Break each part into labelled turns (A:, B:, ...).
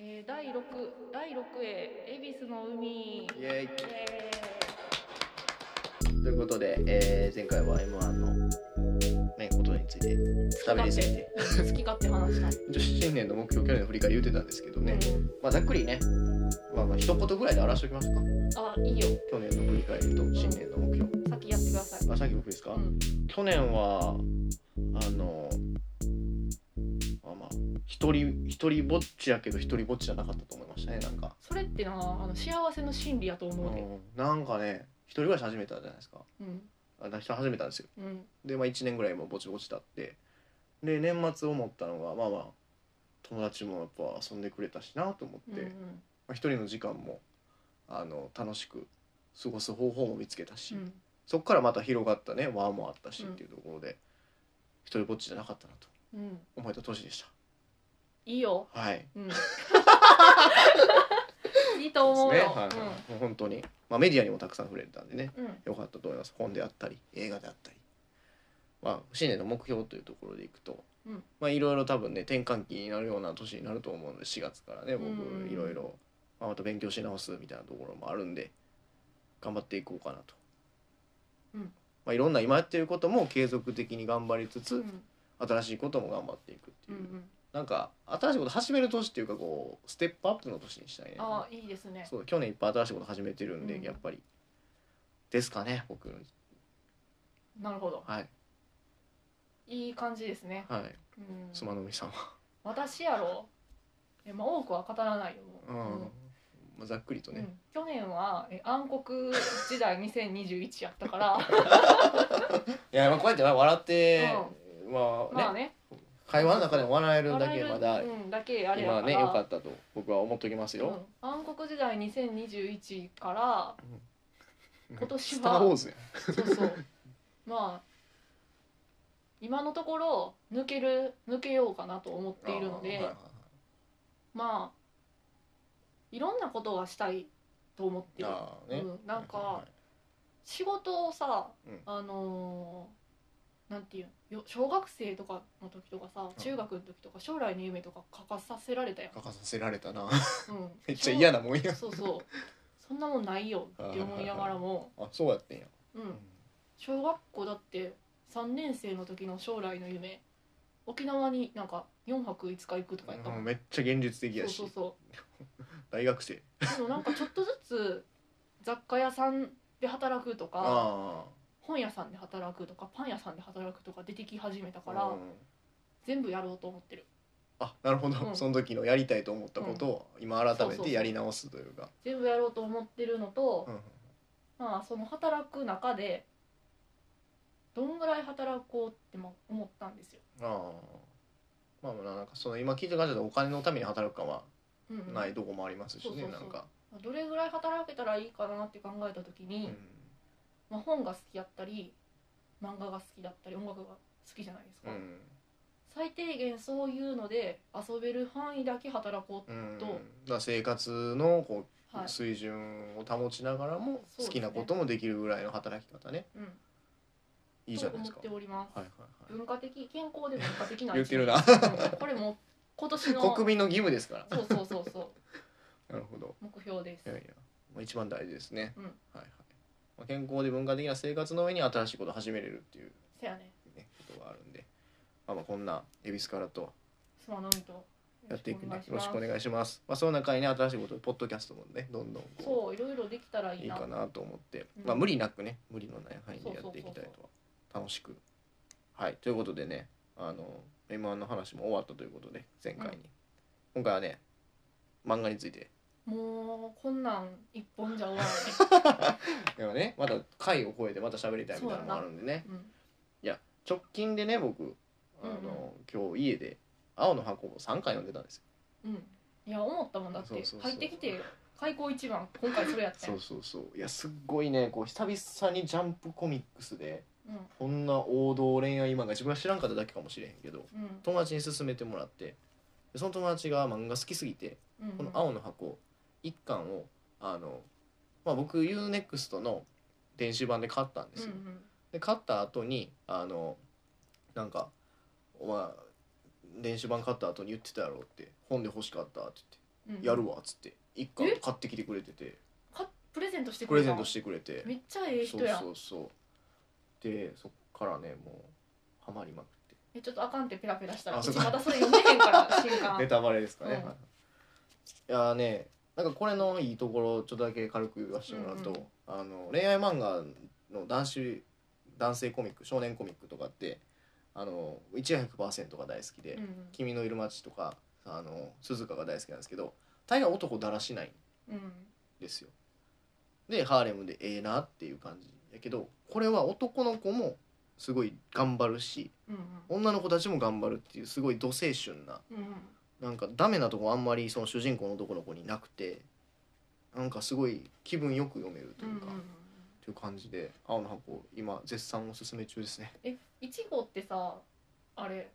A: えー、第6第6회恵比寿の海イ
B: イエ
A: エー
B: イということで、えー前回は m 1の、ね、ことについて喋りすぎて
A: イ好き勝手話した、
B: 一応新年の目標去年の振り返り言ってたんですけどね、
A: うん
B: まあ、ざっくりね、まあ、まあ一言ぐらいで表しておきますか
A: あいいよ
B: 去年の振り返りと新年の目標、
A: 先やってください
B: あさっき僕ですか、
A: うん
B: 去年はあのまあまあ一人一人ぼっちやけど一人ぼっちじゃなかったと思いましたねなんか、
A: それってなあの幸せの心理やと思うで
B: うんなんかね一人暮らし始めたじゃないですか
A: うん
B: あだから始めたんですよ
A: うん
B: で、まあ、1年ぐらいもぼちぼち経ってで年末思ったのがまあまあ友達もやっぱ遊んでくれたしなと思
A: う
B: っ
A: ん
B: て、
A: う
B: ま
A: ん
B: あ、一人の時間もあの楽しく過ごす方法も見つけたし、
A: うん
B: そこからまた広がったね輪もあったしっていうところで、一人ぼっちじゃなかったなと
A: うん
B: 思えた年でし
A: いいよ
B: たはい
A: うんいいと思う
B: ね
A: よ、
B: はいはいもう本当に、まあ、メディアにもたくさん触れたんでね
A: うん、うん
B: よかったと思います本であったり映画であったり、まあ、新年の目標というところでいくと、
A: うん
B: まあいろいろ多分ね転換期になるような年になると思うので4月からね
A: うん
B: 僕いろいろ、まあ、また勉強し直すみたいなところもあるんで頑張っていこうかなと。
A: うん
B: まあ、いろんな今やってることも継続的に頑張りつつ、
A: うん
B: 新しいことも頑張っていくっ
A: う
B: ていう、
A: ん
B: なんか新しいこと始める年っていうかこうステップアップの年にしたいね
A: あいいですね
B: そう去年いっぱい新しいこと始めてるんで、
A: うん
B: やっぱりですかね僕の
A: なるほど
B: はい
A: いい感じですね、
B: はい
A: うん、
B: スマノミさんは、
A: 私やろえ、まあ、多くは語らないよ
B: うん
A: もう
B: まあ、ざっくりと
A: う
B: ね、
A: ん去年はえ暗黒時代2021やったから
B: いやまあこうやって笑って、まあね,、
A: まあね
B: 会話の中でも笑えるだ
A: 笑え
B: け
A: る
B: まだ
A: うん、だけあれやか
B: 今
A: ら
B: ね良かったと僕は思っときます
A: う
B: よ、
A: ん暗黒時代2021から今年は
B: スター・ウォーズや
A: そうそう まあ今のところ抜ける抜けようかなと思っているので
B: あーはいはい
A: まあいろんなことがしたいと思ってる
B: はいあーね、
A: うんなんか
B: は
A: 仕事をさ、
B: うん
A: あのーなんていうのよ小学生とかの時とかさ
B: ん
A: 中学の時とか将来の夢とか書かさせられたや
B: い書かさせられた
A: ん、
B: な
A: うん、
B: めっちゃ嫌なもんや
A: そうそうそんなもんないよって思いながらも、
B: あそうやってんや、
A: うん、小学校だって3年生の時の将来の夢沖縄になんか4泊5日行くとかやったも
B: うん
A: ん、
B: めっちゃ現実的
A: そ
B: や
A: う
B: し
A: そうそ
B: 大学生
A: うでもなんかちょっとずつ雑貨屋さんで働くとか
B: あ
A: 本屋さんで働くとかパン屋さんで働くとか出てき始めた
B: あ
A: から、
B: うん
A: 全部やろうと思ってる
B: あなるほど、
A: うん
B: その時のやりたいと思ったことを今改
A: そう
B: め
A: そうそ
B: て
A: う
B: やり直すというか
A: 全部やろうと思ってるのと、
B: うん
A: まあその働く中でどんぐらい働こうっても思ったんですよ、
B: ああまあまあなんかその今聞いた感じだとお金のために働く感は
A: うんうん
B: ないとこもありますし
A: そうそう
B: ね
A: そう
B: なんか
A: どれぐらい働けたらいいかなって考えた時に、
B: うん
A: まあ、本が好きやったり漫画が好きだったり音楽が好きじゃないですか、
B: うん
A: 最低限そういうので遊べる範囲だけ働こ
B: うん
A: どう
B: だから生活のこ、
A: うはいう
B: 水準を保ちながらも
A: そうですね
B: 好きなこともできるぐらいの働き方ね
A: うん、
B: いいじゃないです
A: と
B: か
A: 思っております、
B: はいはい
A: 文化的健康で文化的な
B: 言ってるな
A: 一年うんこれも今年
B: はい
A: の
B: 国民の義務ですから
A: そうそうそうそう
B: なるほど
A: 目標です
B: いやいや、まあ、一番大事ですね、
A: うん
B: はいはいまあ、健康で文化的な生活の上に新しいことを始めれるっていう、
A: せやね
B: ね、ことがあるんで、まあ、まあこんな恵比寿からと
A: スマのみと
B: やっていくんでよろ
A: ろし
B: し
A: く
B: く
A: お
B: お
A: 願いし
B: 願いしますまあその中にね新しいことポッドキャストもねどんど
A: ま
B: ん
A: す
B: こ
A: そういろいろできたら
B: う
A: い
B: い
A: い
B: い
A: な
B: かなと思って、
A: うん
B: まあ無理なくね無理のない範囲でやっていき
A: そ
B: た
A: う
B: い
A: そう
B: とは楽しくはいということでねあの m 1の話も終わったということで前回に、今回はね漫画について
A: もうこんなん一本じゃ終わらない、
B: ではねまた回を超えてまた喋りたいみたいなのもあるんでね
A: うん
B: 直近でね僕あの、今日家で「青の箱」を3回読んでたんですよ
A: うん、いや思ったもんだって
B: そうそうそう
A: 入ってきて開口一番今回それやった
B: そ
A: よ
B: うそうそういやすっごいねこう久々にジャンプコミックスで
A: うん
B: こんな王道恋愛漫画自分は知らんかっただけかもしれへんけど
A: うん
B: 友達に勧めてもらってでその友達が漫画好きすぎて
A: うん
B: この「青の箱」1巻をあの、まあ、僕 UNEXT の電子版で買ったんですよ、
A: うんうん
B: で勝った後にあのなんか「お前電子版買った後に言ってたやろ」って「本で欲しかった」って
A: うん
B: やるわっつって一巻買ってきてくれてて
A: かプレゼントして
B: プ
A: く
B: レ
A: れ
B: ゼ
A: た
B: ントしてくれて
A: めっちゃええ
B: そ
A: 人
B: う
A: やん
B: そうそうでそっからねもうハマりまくって
A: えちょっとあかんってペラペラしたら
B: あ
A: う
B: そう
A: ち
B: か
A: またそれ読めへんから新
B: ネ
A: 刊
B: タバレですかね、
A: うん
B: はいいやーねなんかこれのいいところをちょっとだけ軽く言わせてもらうと、
A: うんうん
B: あの恋愛漫画の男子男性コミック少年コミックとかってあの100%が大好きで「
A: うん
B: 君のいる街」とかあの鈴鹿が大好きなんですけど大概男だらしないん
A: うん
B: ですよ。でハーレムでええなっていう感じやけどこれは男の子もすごい頑張るし
A: うん
B: 女の子たちも頑張るっていうすごい土青春な
A: うんうん
B: なんかダメなとこあんまりその主人公の男の子になくてなんかすごい気分よく読めると
A: う
B: い
A: んう
B: うか、
A: ん
B: という感じで「青の箱」今絶賛おすすめ中ですね。
A: えいちごってさあれ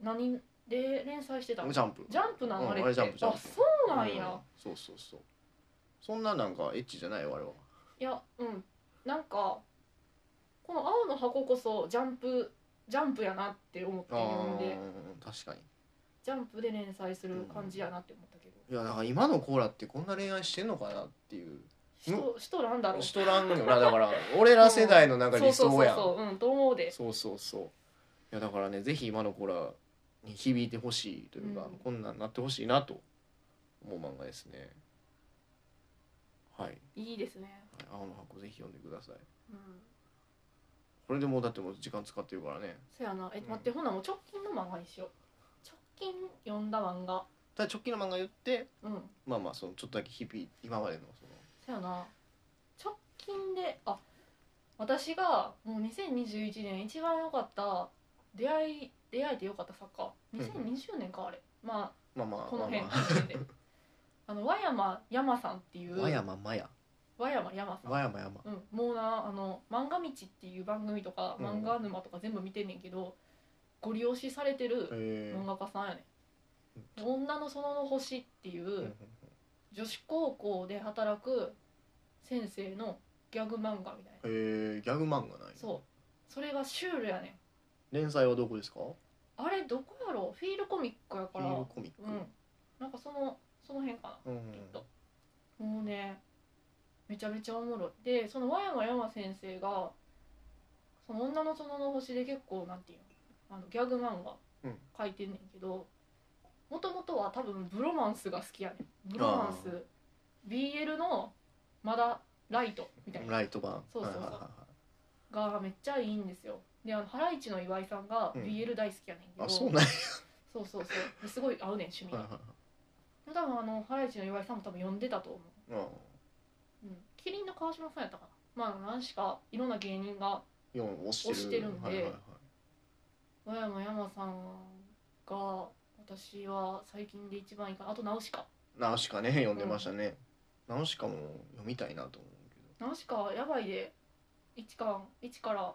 A: 何で連載してたの
B: ジャンプ
A: ジャンプな
B: う
A: の
B: ん
A: あれ
B: あれ
A: っ
B: ジャン
A: て
B: プジャン
A: あ
B: プ
A: そうなん
B: う
A: や
B: そうそうそうそんななんかエッチじゃないよあれはい
A: やうんなんかこの青の箱こそジャンプジャンプやなって思って読んで
B: あー確かに
A: ジャンプで連載する感じやなって思ったけど
B: いやだから今のコーラってこんな恋愛してんのかなっていう
A: 人人なんだろう
B: しとらんよなだから俺ら世代のなんか理想やん
A: そうそうそうそううんと思うで
B: そうそうそういやだからねぜひ今の子らに響いてほしいというか、
A: うん
B: こんなんなってほしいなと思う漫画ですねはい、はい、
A: いいですね
B: 青の箱ぜひ読んでください
A: うん
B: これでもうだってもう時間使ってるからね
A: そやなえ
B: うん
A: 待ってほなもう直近の漫画にしよう直近読んだ漫画
B: ただ直近の漫画言って
A: うん
B: まあまあそのちょっとだけ日々今までのその
A: そやな直近であ私がもう2021年一番良かった出会い出会えて良かった作家
B: うん
A: 2020年かあれま
B: まあ
A: あ
B: まあ
A: この辺
B: まあ
A: この辺で あの和山山さんってい
B: ま
A: う
B: あ、和山まや
A: 和山山さん
B: 和山山
A: うん、もうなあの「漫画道」っていう番組とか「
B: うん
A: 漫画沼」とか全部見てんねんけど、ご利用しされてる
B: え
A: 漫画家さんやねん「女の園の星」ってい
B: ー
A: う女子高校で働く先生のギャグ漫画みたいな
B: えー、ギャグ漫画ない
A: そうそれがシュールやねん
B: 連載はどこですか
A: あれどこやろうフィールコミックや
B: ヒ
A: から
B: ール
A: う
B: コミック、
A: んなんかそのその辺かな
B: うん
A: きっともうねめちゃめちゃおもろいでその和山山先生が「その女の園の星」で結構なんていうのあのギャグ漫画
B: うん
A: 書いてんねんけどもともとは多分ブロマンスが好きやねんブロマン
B: あ
A: ス BL のまだライトみたいな
B: ライト版
A: そうそうそう
B: はいはいはいはい
A: がめっちゃいいんですよであのハライチの岩井さんが
B: うん
A: BL 大好きやねんけど、
B: あそうなんや
A: そうそうそうですごい合うねん趣味
B: はい
A: が
B: はいはい
A: 多分あのハライチの岩井さんも多分読んでたと思う
B: うん
A: うん、キリンの川島さんやったかなまあ何しかいろんな芸人が
B: 四押してる
A: 押してるんで
B: はいはいはい
A: 和山山さんが私は最近で一番いいかなあとナウシカ
B: ナウシカね読んでましたね、ナウシカも読みたいなと思うけ
A: ナウシカはやばいで1巻1から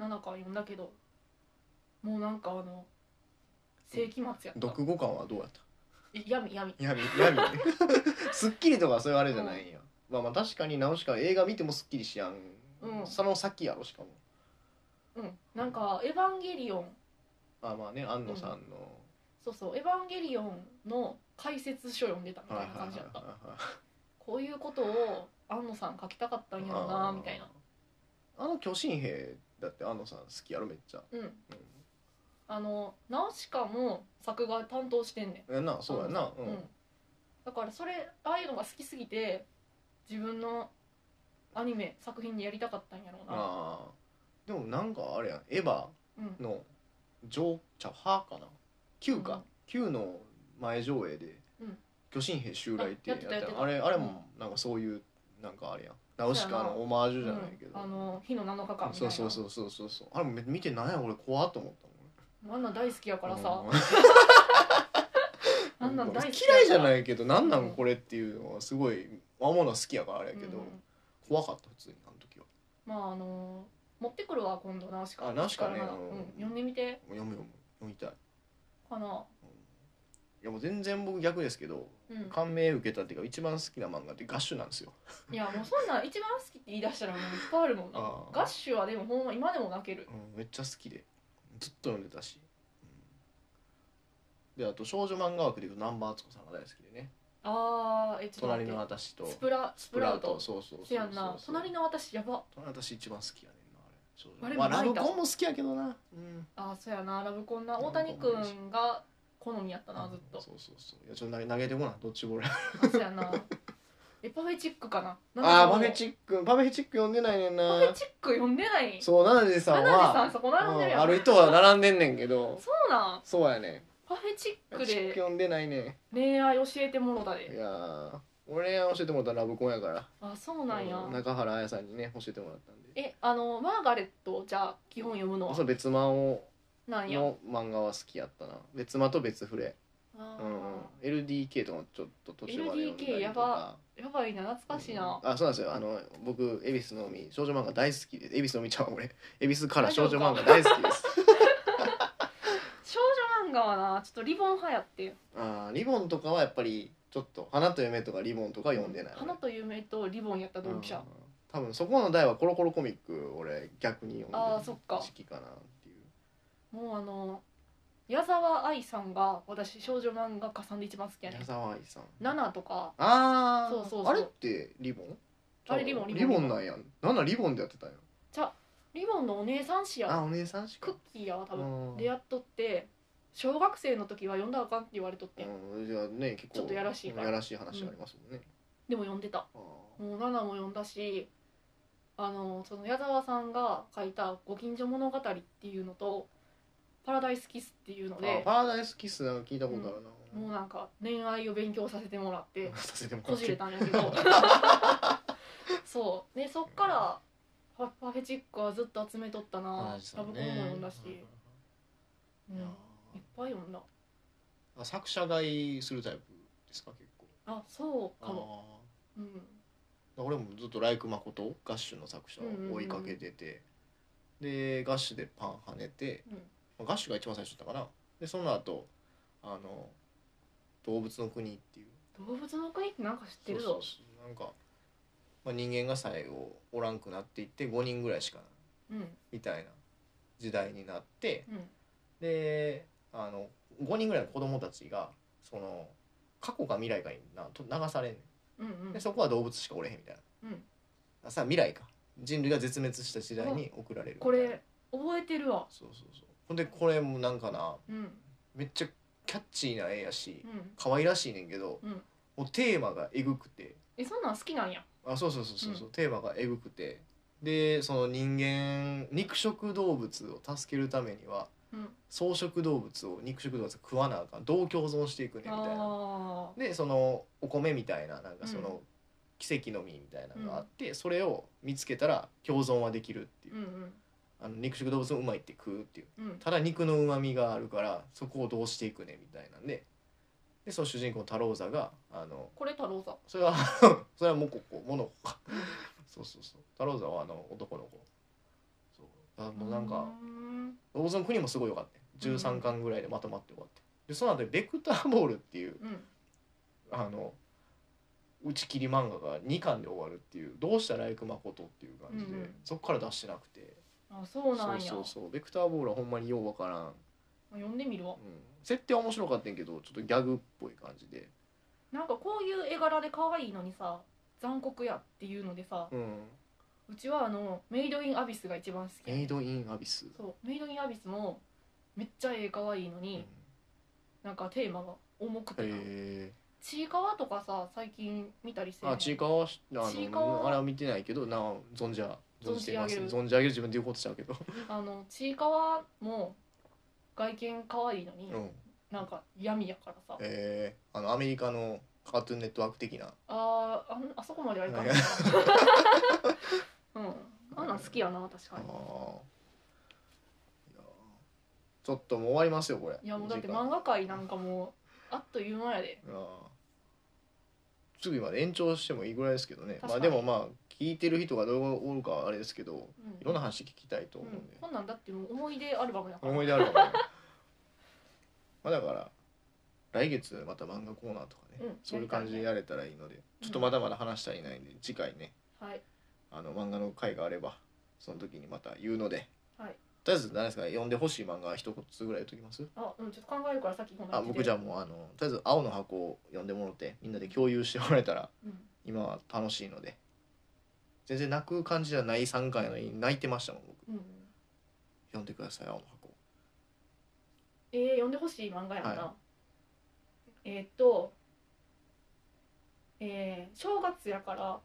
A: 7巻読んだけどもうなんかあの世紀末や
B: ど
A: った
B: 読後感はどうやった
A: え闇闇
B: 闇 闇すっきりとかそういうあれじゃないんや、まあまあ確かにナウシカ映画見てもすっきりしやん、
A: うん
B: その先やろしかも
A: うんなんか「エヴァンゲリオン
B: まあまあね安野さんの、」
A: そうそう「エヴァンゲリオン」の解説書読んでたみ
B: は
A: た
B: い
A: いな
B: は
A: い
B: はい
A: 感
B: はい
A: じやった
B: はい
A: こういうことを安野さん書きたかったんやろなみたいな
B: あーあの巨神兵だって安野さん好きやろめっちゃ、
A: うん
B: うん
A: あのナウシカも作画担当してんね
B: えなそうやな、
A: ん、
B: うん
A: うんだからそれああいうのが好きすぎて自分のアニメ作品でやりたかったんやろうな
B: あーでもなんかあれやんエヴァ
A: うん
B: の上ちゃうハかな9
A: うん
B: か、九9の前上映で
A: うん
B: 「巨神兵襲来」ってやって
A: あやってたやってた
B: あれあれもなんかそういうなんかあれやんナウシカのオマージュじゃないけ
A: う
B: ど、
A: んあの火の7日間みたいな
B: そうそうそうそうそうそうあれも見てないや俺怖っと思ったもん
A: あんなん大好きやからさ、
B: うん
A: あんなん大好き
B: 嫌いじゃないいけどなんなんこれっていうのはすごい魔物好きやからあれやけど、怖かった普通にあの時は
A: まああの持ってくるわ今度ナウシカ
B: あナウシカね
A: 力が
B: うん
A: うん、読んでみて
B: 読む読む読みたい
A: かな、
B: いやもう全然僕逆ですけど
A: うん、
B: 感銘受けたっていうか一番好きな漫画ってガッシュなんですよ
A: いやもうそんなん一番好きって言い出したらもういっぱいあるもんな
B: あー
A: ガッシュはでもほんま今でも泣ける
B: うん、めっちゃ好きでずっと読んでたし、うんであと少女漫画枠でいうと南波敦子さんが大好きでね
A: ああーえちょっと待
B: 隣
A: って
B: の私と
A: スプラスプラウト
B: そうそうそう
A: せやんな
B: そう
A: 隣の私やば
B: 隣の私一番好きやねんなあれそう
A: あれ
B: まあラ
A: 泣い
B: ブ
A: た
B: コンも好きやけどなうん
A: あーそうやなラブコンな
B: ラ
A: 大
B: ブコン
A: 谷くんが好みやったなずっと
B: そうそうそういやちょっと投げ投げてこなどっちボールや
A: あそうやなえパフェチックかな
B: あーパフェ
A: ッ
B: チックパフェチック読んでないねん
A: クパ
B: な
A: フェチック読んでない
B: そうナナジさ
A: ナ
B: ん
A: ナジさん
B: は
A: そこ並んでるやん
B: ある人は並んでんねんけど
A: そうなん
B: そうやね
A: パフェチッ
B: パフ
A: ク
B: ェチック
A: で
B: 読んでないね
A: 恋愛教えてもろた
B: い
A: で
B: やー俺が教えてもらったのはラブコンやから
A: あそうなんや
B: うん中原彩さんにね教えてもらったんで
A: えあのマーガレットをじゃあ基本読むのは
B: そう別マンを
A: なんや
B: の漫画は好きやったな別間と別フレ、
A: あ
B: う
A: ー
B: んうん、LDK とかもちょっと途中まで読んだりとか
A: LDK やばやばいな懐かしいな、
B: うんあそうなんですよあの僕恵比寿の海少女漫画大好きで恵比寿の海ちゃうわ俺恵比寿から少女漫画大好きです
A: 少女漫画はなちょっとリボン派やって
B: あーリボンとかはやっぱりちょっと「花と夢」とか「リボン」とか読んでない
A: 花と夢とリボンやった同期
B: う
A: 者
B: ん多分そこの代はコロコロコミック俺逆に読んで
A: あーそっか
B: 時期かなっていう
A: もうあの矢沢愛さんが私少女漫画家さんで一番好きやね
B: 矢沢愛さん
A: ナナとか
B: ああ
A: そうそうそう
B: あれってリボン
A: あれリボン
B: リ
A: リ
B: ボ
A: ボ
B: ン
A: ン
B: なんやなんなんリボンでやってたんや
A: リボンのお姉さん誌
B: あ
A: や
B: お姉さんし
A: ク
B: か
A: ッキーやわ多分
B: 分
A: 出会っとって小学生の時は読んだらあかんって言われとって
B: うんじゃあね結構
A: ちょっとやらしいから
B: やらしい話がありますもんね、
A: でも読んでた
B: あ
A: もうナナも読んだしあのその矢沢さんが書いた「ご近所物語」っていうのと「パラダイスキス」っていうの
B: ーあー
A: で
B: パラダイスキスなんか聞いたことあるな、
A: もうなんか恋愛を勉強させてもら って
B: させてもら
A: こ
B: って
A: じれたんやけどそうでそっからパパフェチックはずっと集めとった
B: パラ
A: な、
B: ダイスさ
A: ラ
B: ん
A: ブコ
B: ね
A: ンも読んだし、うん
B: い
A: い
B: や
A: っぱい読んだ
B: ーあ作者買いするタイプですか結構
A: あそうかも
B: あ
A: う
B: ー
A: ん
B: 俺もずっと「ライク誠」ガッシュの作者を追いかけてて、でガッシュでパン跳ねて、
A: うん
B: まあガッシュが一番最初だったかなでその後あの動物の国」っていう
A: 動物の国ってなんか知ってる
B: そうそ
A: ぞ
B: うそうなんか、まあ、人間が最後おらんくなっていって5人ぐらいしかない
A: うん
B: みたいな時代になって
A: うん
B: であの5人ぐらいの子供たちがその過去か未来かになと流されんね
A: うんうんん
B: でそこは動物しかおれへんみたいな
A: うん
B: あさあ未来か人類が絶滅した時代に送られるみたい
A: こ
B: な
A: れ覚えてるわ
B: そうそうそうほんでこれもなんかな
A: うん
B: めっちゃキャッチーな絵やし
A: うん
B: 可愛らしいねんけど
A: うん
B: もうテーマがえぐくて
A: えそんなん好きなんや
B: あそうそうそうそうそう、
A: う
B: テーマがえぐくてでその人間肉食動物を助けるためには
A: うん
B: 草食動物を肉食動物食わなあかんどう共存していくねみたいな
A: あ
B: でそのお米みたいななんかその、
A: うん
B: 奇跡の実みたいなのがあって、それを見つけたら共存はできるって
A: ー
B: いう
A: う、んうん
B: あの肉食動物もうまいって食うっていう
A: うん
B: ただ肉のうまみがあるからそこをどうしていくねみたいなんででその主人公の太郎座があの
A: これ太郎さん
B: それは それはもここモノコかそうそうそう太郎座はあの男の子そうあもうなんか
A: うん
B: 「動物の国」もすごいよかったよ
A: う
B: 13
A: ん
B: 巻ぐらいでまとまって終わってでその後に「ベクターボール」っていう
A: うん
B: あの打ち切り漫画が2巻で終わるっていう「どうしたらいくまこと」っていう感じで、
A: うんうん
B: そこから出してなくて
A: あそうなんや
B: そうそうそうベクターボールはほんまにようわからん
A: 読んでみるわ
B: うん設定は面白かったんやけどちょっとギャグっぽい感じで、
A: なんかこういう絵柄で可愛いのにさ残酷やっていうのでさ
B: うん、
A: うちはあのメイドインアビスが一番好き
B: メイドインアビス、
A: そうメイドインアビスもめっちゃ絵可愛いの
B: うん
A: に、なんかテーマが重くてな
B: へえ
A: ちいかわとかさ最近見たりして
B: あちいかわしあ
A: ちいか
B: の
A: わ
B: あれは見てないけどな存じあ存じてま
A: 存じ上げ
B: す
A: る
B: 存じ上げる自分で言うことしちゃうけど、
A: あのちいかわも外見可愛いのに、
B: うん、
A: なんか闇やからさ
B: えー、あのアメリカのカートゥーンネットワーク的な
A: あーあんあそこまであれかな
B: なん
A: うんあんなん好きやな確か
B: あーい
A: に
B: やーちょっともう終わりますよこれ
A: いやもうだって
B: 時間
A: 漫画界なんかもうあっという間やで
B: ああ次まで延長してもいいぐらいですけどね
A: 確
B: ま
A: か
B: あ
A: に
B: でもまあ聞いてる人がどうおるかはあれですけど
A: うん
B: いろんな話聞きたいと
A: う
B: 思うんんで、
A: こんなんだってもう思い出アルバムやから
B: 思い出あるかもね まあだから来月また漫画コーナーとかね、
A: うん
B: そういう感じでやれたらいいので、ちょっとまだまだ話したりないんで次回ね
A: はい
B: あの漫画の回があればその時にまた言うので、
A: はい
B: とりあえず何ですか読んでほしい漫画一つぐらい言っときます
A: あうんちょっと考えるからさっきこんな
B: あ僕じゃあもうあのとりあえず「青の箱」を読んでもろてみんなで共有してもらえたら
A: うん
B: 今は楽しいので全然泣く感じじゃない3回のに泣いてましたもん僕
A: うんうん
B: 読んでください青の箱
A: えー、読んでほしい漫画やな、
B: は
A: えーっとえー、正月やから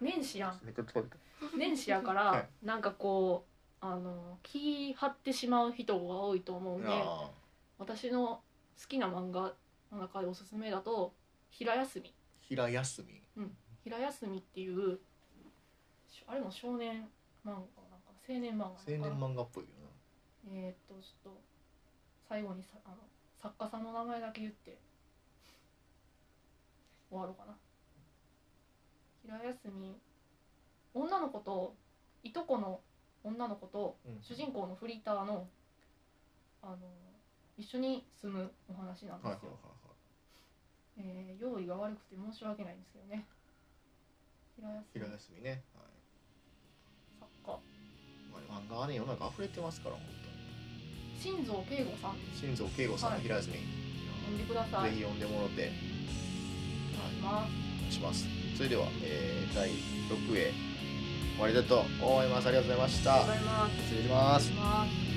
A: 年始 やん
B: めっちゃ取れた
A: 年始やから、
B: は
A: なんかこうあの気張ってしまう人が多いと思うんで
B: あ
A: 私の好きな漫画の中でおすすめだと「平休み」
B: ー平休み
A: 「平休み」っていうしあれも少年漫画なんか青年漫画なのか
B: 青
A: な
B: 年漫画っぽいよ
A: えーっとちょっと最後にさあの作家さんの名前だけ言って終わろうかな平休み女の子といとこの女の子と
B: な、うん
A: 主人公のフリーターのあの一緒に住むお話なんですよ、
B: はいはいはいはい
A: えー用意が悪くて申し訳ないんですけどね平休み
B: 平休みね、はい
A: 作家
B: まあ、漫画はね世の中溢れてますから本
A: 新蔵慶吾さん
B: 当に新蔵慶吾さんの平休み、
A: 読んでください
B: ぜひ読んでもろて
A: お願いします
B: お願いしますそれでは、えー第6位終わりだと思いますありがとうございまし
A: ありがとう
B: た
A: ございます
B: 失礼します
A: 失礼します